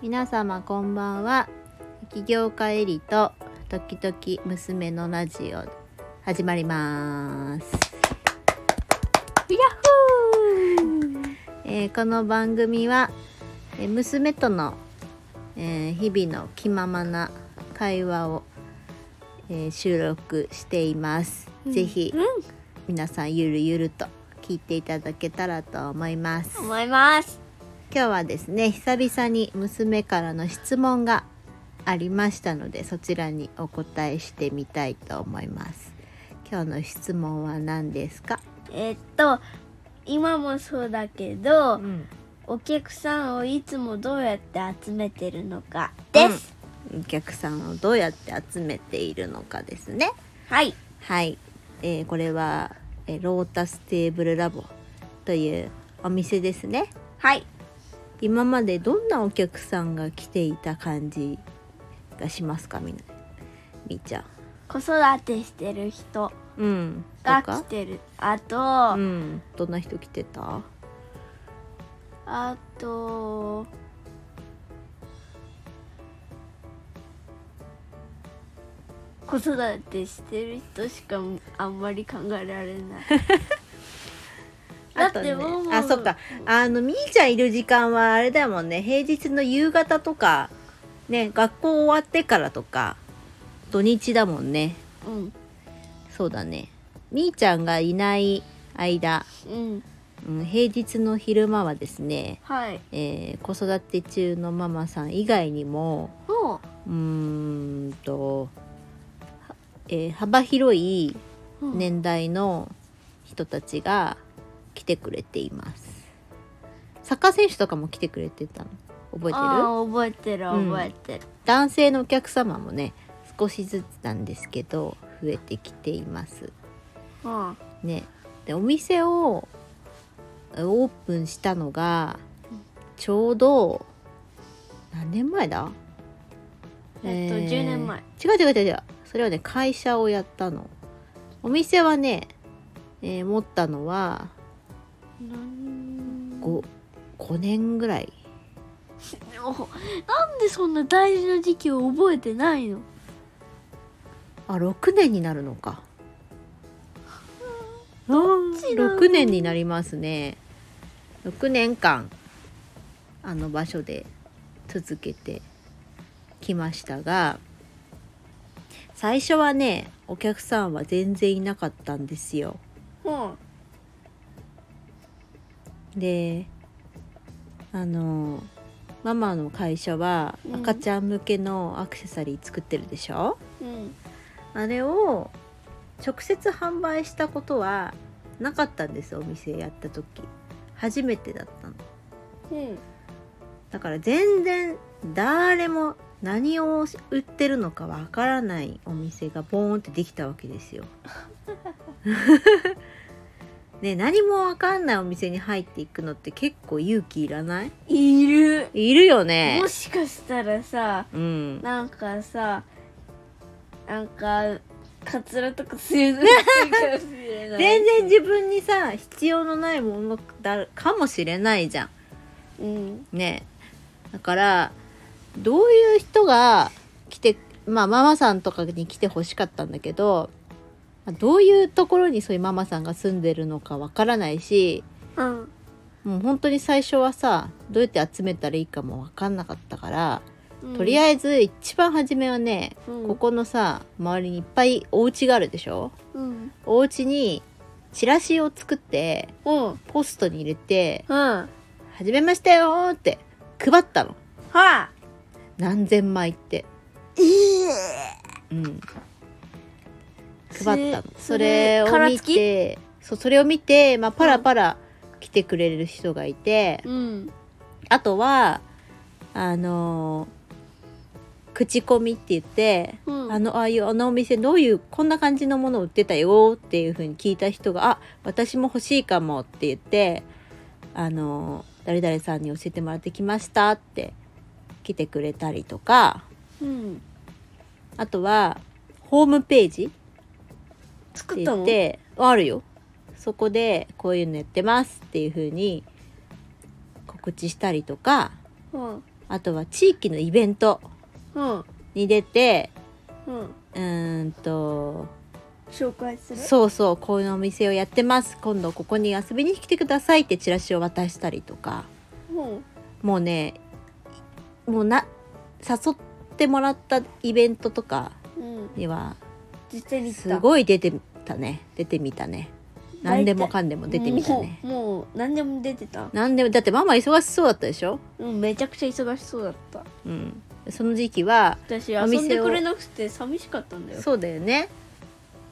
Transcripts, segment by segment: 皆様こんばんは起業家エリと時々娘のラジオ始まりますヤッホーえーこの番組は、えー娘との、えー日々の気ままな会話を、えー収録しています、ぜひうん皆さんゆるゆると聞いていただけたらと思います思います今日はですね久々に娘からの質問がありましたのでそちらにお答えしてみたいと思います今日の質問は何ですか、えっと今もそうだけど、ん、お客さんをいつもどうやって集めてるのかです、お客さんをどうやって集めているのかですねはいはい、えーこれは、えーロータステーブルラボというお店ですねはい今までどんなお客さんが来ていた感じがしますかみんなみーちゃん子育てしてる人うんがとか来てるあと、うん、どんな人来てたあと子育てしてる人しかあんまり考えられないだっても う、あ,、そっかあのみーちゃんいる時間はあれだもんね平日の夕方とかね学校終わってからとか土日だもんねうんそうだねみーちゃんがいない間、うんうん、平日の昼間はですね、はいえー子育て中のママさん以外にもも、うーんと、えー幅広いううん、年代の人たちが来てくれていますサッカー選手とかも来てくれてたの覚えてるあー覚えてるうん覚えてる、男性のお客様もね少しずつなんですけど増えてきていますうんねでお店をえオープンしたのがちょうど何年前だえっとー10年前違う違う違う違うそれはね会社をやったのお店はね、えー持ったのは 5, 5年ぐらいおなんでそんな大事な時期を覚えてないのあ6年になるのかあちーなの6年になりますね6年間あの場所で続けてきましたが最初はねお客さんは全然いなかったんですようんであのママの会社はうん赤ちゃん向けのアクセサリー作ってるでしょ、うんあれを直接販売したことはなかったんですお店やった時初めてだったのうんだから全然誰も何を売ってるのかわからないお店がボーンってできたわけです よ。ね何もわかんないお店に入っていくのって結構勇気いらないいるいるよねも。しかしたらさうん。なんかさなんかカツラとかするのがいいかもしれない全然自分にさ必要のないものだかもしれないじゃん。うんねだからどういう人が来てまあママさんとかに来てほしかったんだけどまあどういうところにそういうママさんが住んでるのかわからないしうんもう本当に最初はさどうやって集めたらいいかもわかんなかったから、うんとりあえず一番初めはね、うんここのさ周りにいっぱいお家があるでしょうんお家にチラシを作ってうんポストに入れてうんは「始めましたよ」って配ったのあ何千枚って。いいうん、配ったのそれそれそれを見てそうそれを見て、まあ、パラパラ来てくれる人がいて、うんあとはあのー口コミって言って、うんあのああいうあのお店どういうこんな感じのものを売ってたよっていう風に聞いた人が「あ私も欲しいかも」って言ってあのー誰々さんに教えてもらってきましたって来てくれたりとかうんあとはホームページっ作てった言っのてあるよそこでこういうのやってますっていう風に告知したりとかうんあとは地域のイベントうんに出てうんうーんと紹介するそうそうこういうお店をやってます今度ここに遊びに来てくださいってチラシを渡したりとかうんもうねもうな誘ってもらったイベントとかうんには実際に行ったすごい出てたね出てみたね何でもかんでも出てみたねもうもう何でも出てた何でもだってママ忙しそうだったでしょうんめちゃくちゃ忙しそうだったうんその時期は私お店を遊んでくれなくて寂しかったんだよそうだよね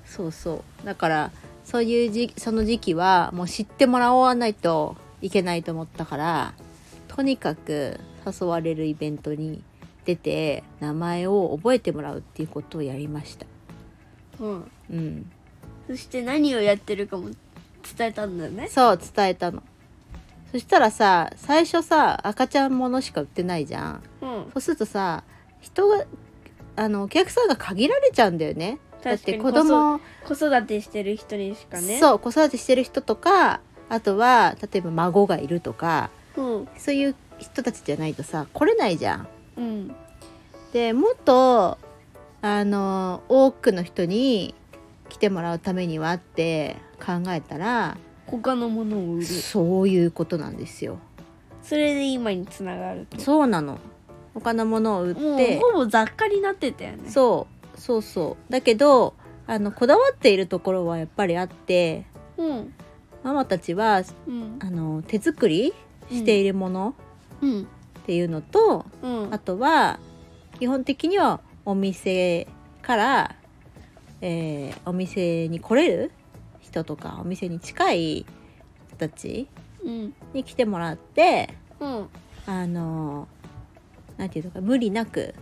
そうそうだからそういう時その時期はもう知ってもらわないといけないと思ったからとにかく誘われるイベントに出て名前を覚えてもらうっていうことをやりましたう、ん、うんそして何をやってるかも伝えたんだよねそう伝えたのそしたらさ最初さ赤ちゃんものしか売ってないじゃんうんそうするとさ人があのお客さんが限られちゃうんだよねだって子確かに供子育てしてる人にしかねそう子育てしてる人とかあとは例えば孫がいるとかううんそういう人たちじゃないとさ来れないじゃん。うんでもっとあの多くの人に来てもらうためにはって考えたら他のものを売るそういうことなんですよ。それで今につながるそうなの他のものを売っもうてほぼ雑貨になってたよねそうそうそうだけどあのこだわっているところはやっぱりあってうんママたちはうんあの手作りしているものうんっていうのと、うんあとは基本的にはお店から、えーお店に来れる人とかお店に近い人たちうんに来てもらってうんあのなんていうのか無理なく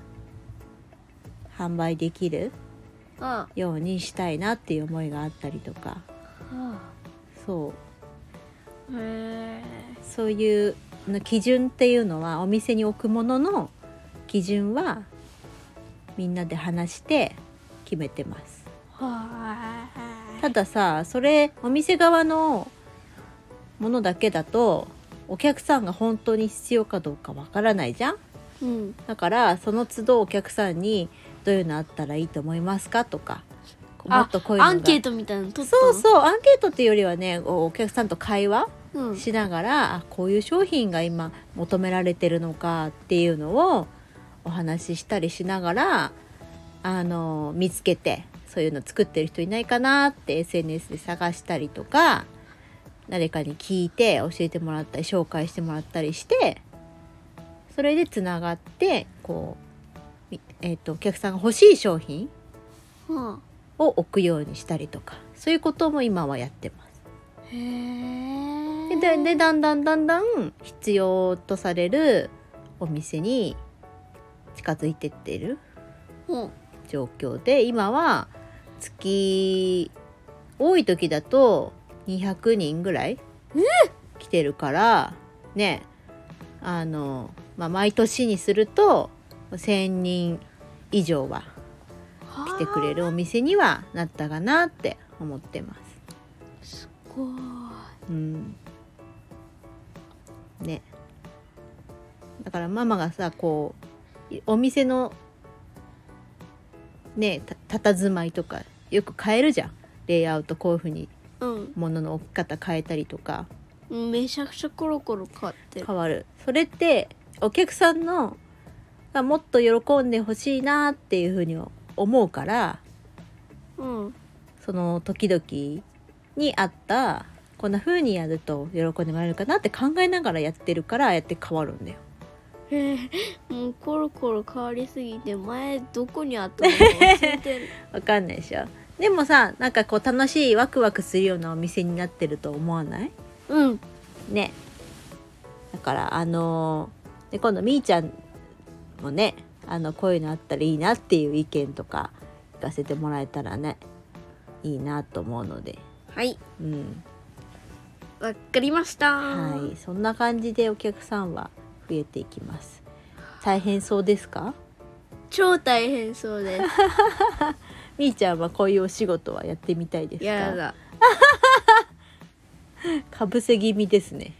販売できるあようにしたいなっていう思いがあったりとかあそうへえそういうの基準っていうのはお店に置くものの基準はみんなで話して決めてますはたださそれお店側のものだけだとお客さんが本当に必要かどうかわからないじゃんいうんだからその都度お客さんにどういうのあったらいいと思いますかとかもあっとこういうのがアンケートみたいなの取ったそううそうアンケートっていうよりはねおお客さんと会話そう、うん、しながらあこういう商品が今求められてるのかっていうのをお話ししたりしながらあの見つけてそういうの作ってる人いないかなって SNS で探したりとか誰かに聞いて教えてもらったり紹介してもらったりしてそれでつながってこう、みえっとお客さんが欲しい商品うんを置くようにしたりとかそういうことも今はやってます。へえでででだんだんだんだん必要とされるお店に近づいてってるうん状況で今は月多い時だと200人ぐらい来てるからねあの、まあ、毎年にすると1,000人以上は来てくれるお店にはなったかなって思ってます。ごいうんねだからママがさこういお店のねたたたずまいとかよく変えるじゃんレイアウトこういうふうにうん物の置き方変えたりとかうんめちゃくちゃコロコロ変わってる変わるそれってお客さんのがもっと喜んでほしいなっていうふうに思うからうんその時々にあったこんな風にやると喜んでもらえるかなって考えながらやってるからああやって変わるんだよ。へえもうコロコロ変わりすぎて前どこにあったのか忘れてるわかんないでしょ。でもさなんかこう楽しいワクワクするようなお店になってると思わないうんね。だからあのーで今度みーちゃんもねあのこういうのあったらいいなっていう意見とか聞かせてもらえたらねいいなと思うので。はいうんわかりましたはい、そんな感じでお客さんは増えていきます。大変そうですか？超大変そうですみーちゃんはこういうお仕事はやってみたいですか？やだかぶせ気味ですね。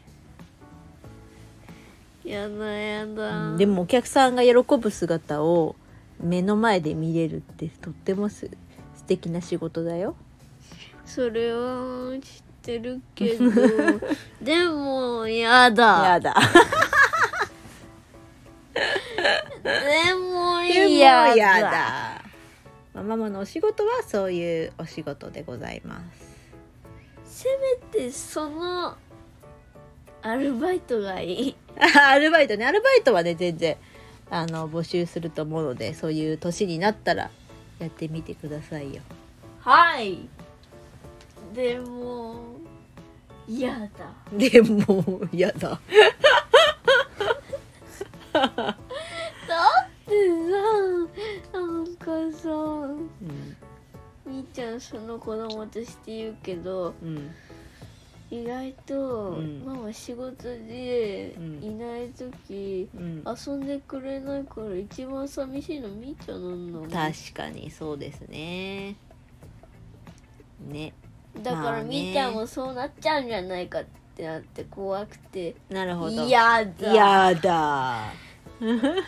やだやだでもお客さんが喜ぶ姿を目の前で見れるってとってもす素敵な仕事だよ。それは知ってるけ どでもやだやだ。でもでもやだ やだまあママのお仕事はそういうお仕事でございます。 せめてそのアルバイトがいいあアルバイトねアルバイトはね全然あの募集すると思うのでそういう年になったらやってみてくださいよ。 はいでもやだでもやだ。だってさなんかさうんみーちゃんその子供として言うけどうん意外と、うんママ仕事でうんいない時、うん、遊んでくれないから一番寂しいのみーちゃんなんだもん確かにそうですね。ねだかまあらねみーちゃんもそうなっちゃうんじゃないかってなって怖くてなるほど。やだやだ。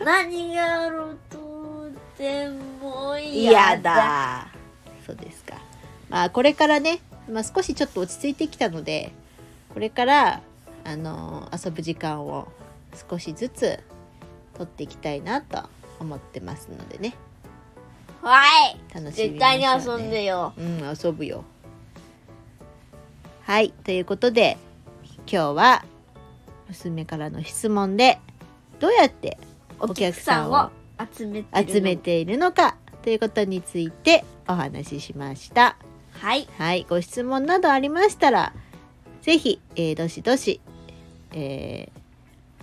何があろうとでも嫌やだだそうですかまあこれからね、まあ、少しちょっと落ち着いてきたのでこれからあのー遊ぶ時間を少しずつ取っていきたいなと思ってますのでねはい楽しみましょ絶う対ねに遊んでようん遊ぶよはいということで今日は娘からの質問でどうやっておお客客ささんんをを集めてるの集めているのかということについてお話ししました。はいはい、ご質問などありましたら、ぜひ、えーどしどし、えー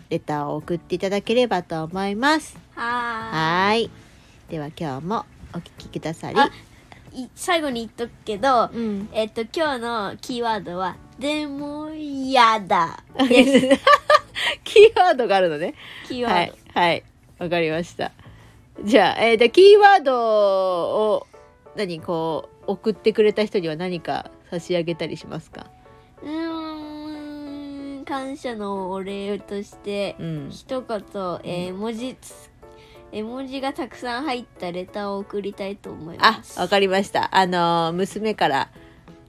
レターを送っていただければと思います。ははーい。では今日もお聞きくださり、あーい最後に言っとくけうどん。えっと今日のキーワードはでもやだキ ーワードがあるのね。キーワはーいド、はい、わかりました。じゃあ、えーで、キーワードを何こう送ってくれた人には何か差し上げたりしますか。うーん感謝のお礼としてうん、一言、えー文字つ絵文字がたくさん入ったレターを送りたいと思いあま、す。わかりました。あのー娘から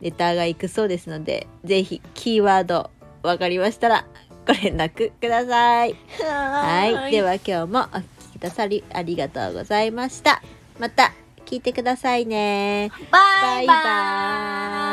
レターが行くそうですので、ぜひキーワードわかりましたらご連絡ください。はい、では今日もお聞きくださりありがとうございました。また聞いてくださいね。バイバイバイバ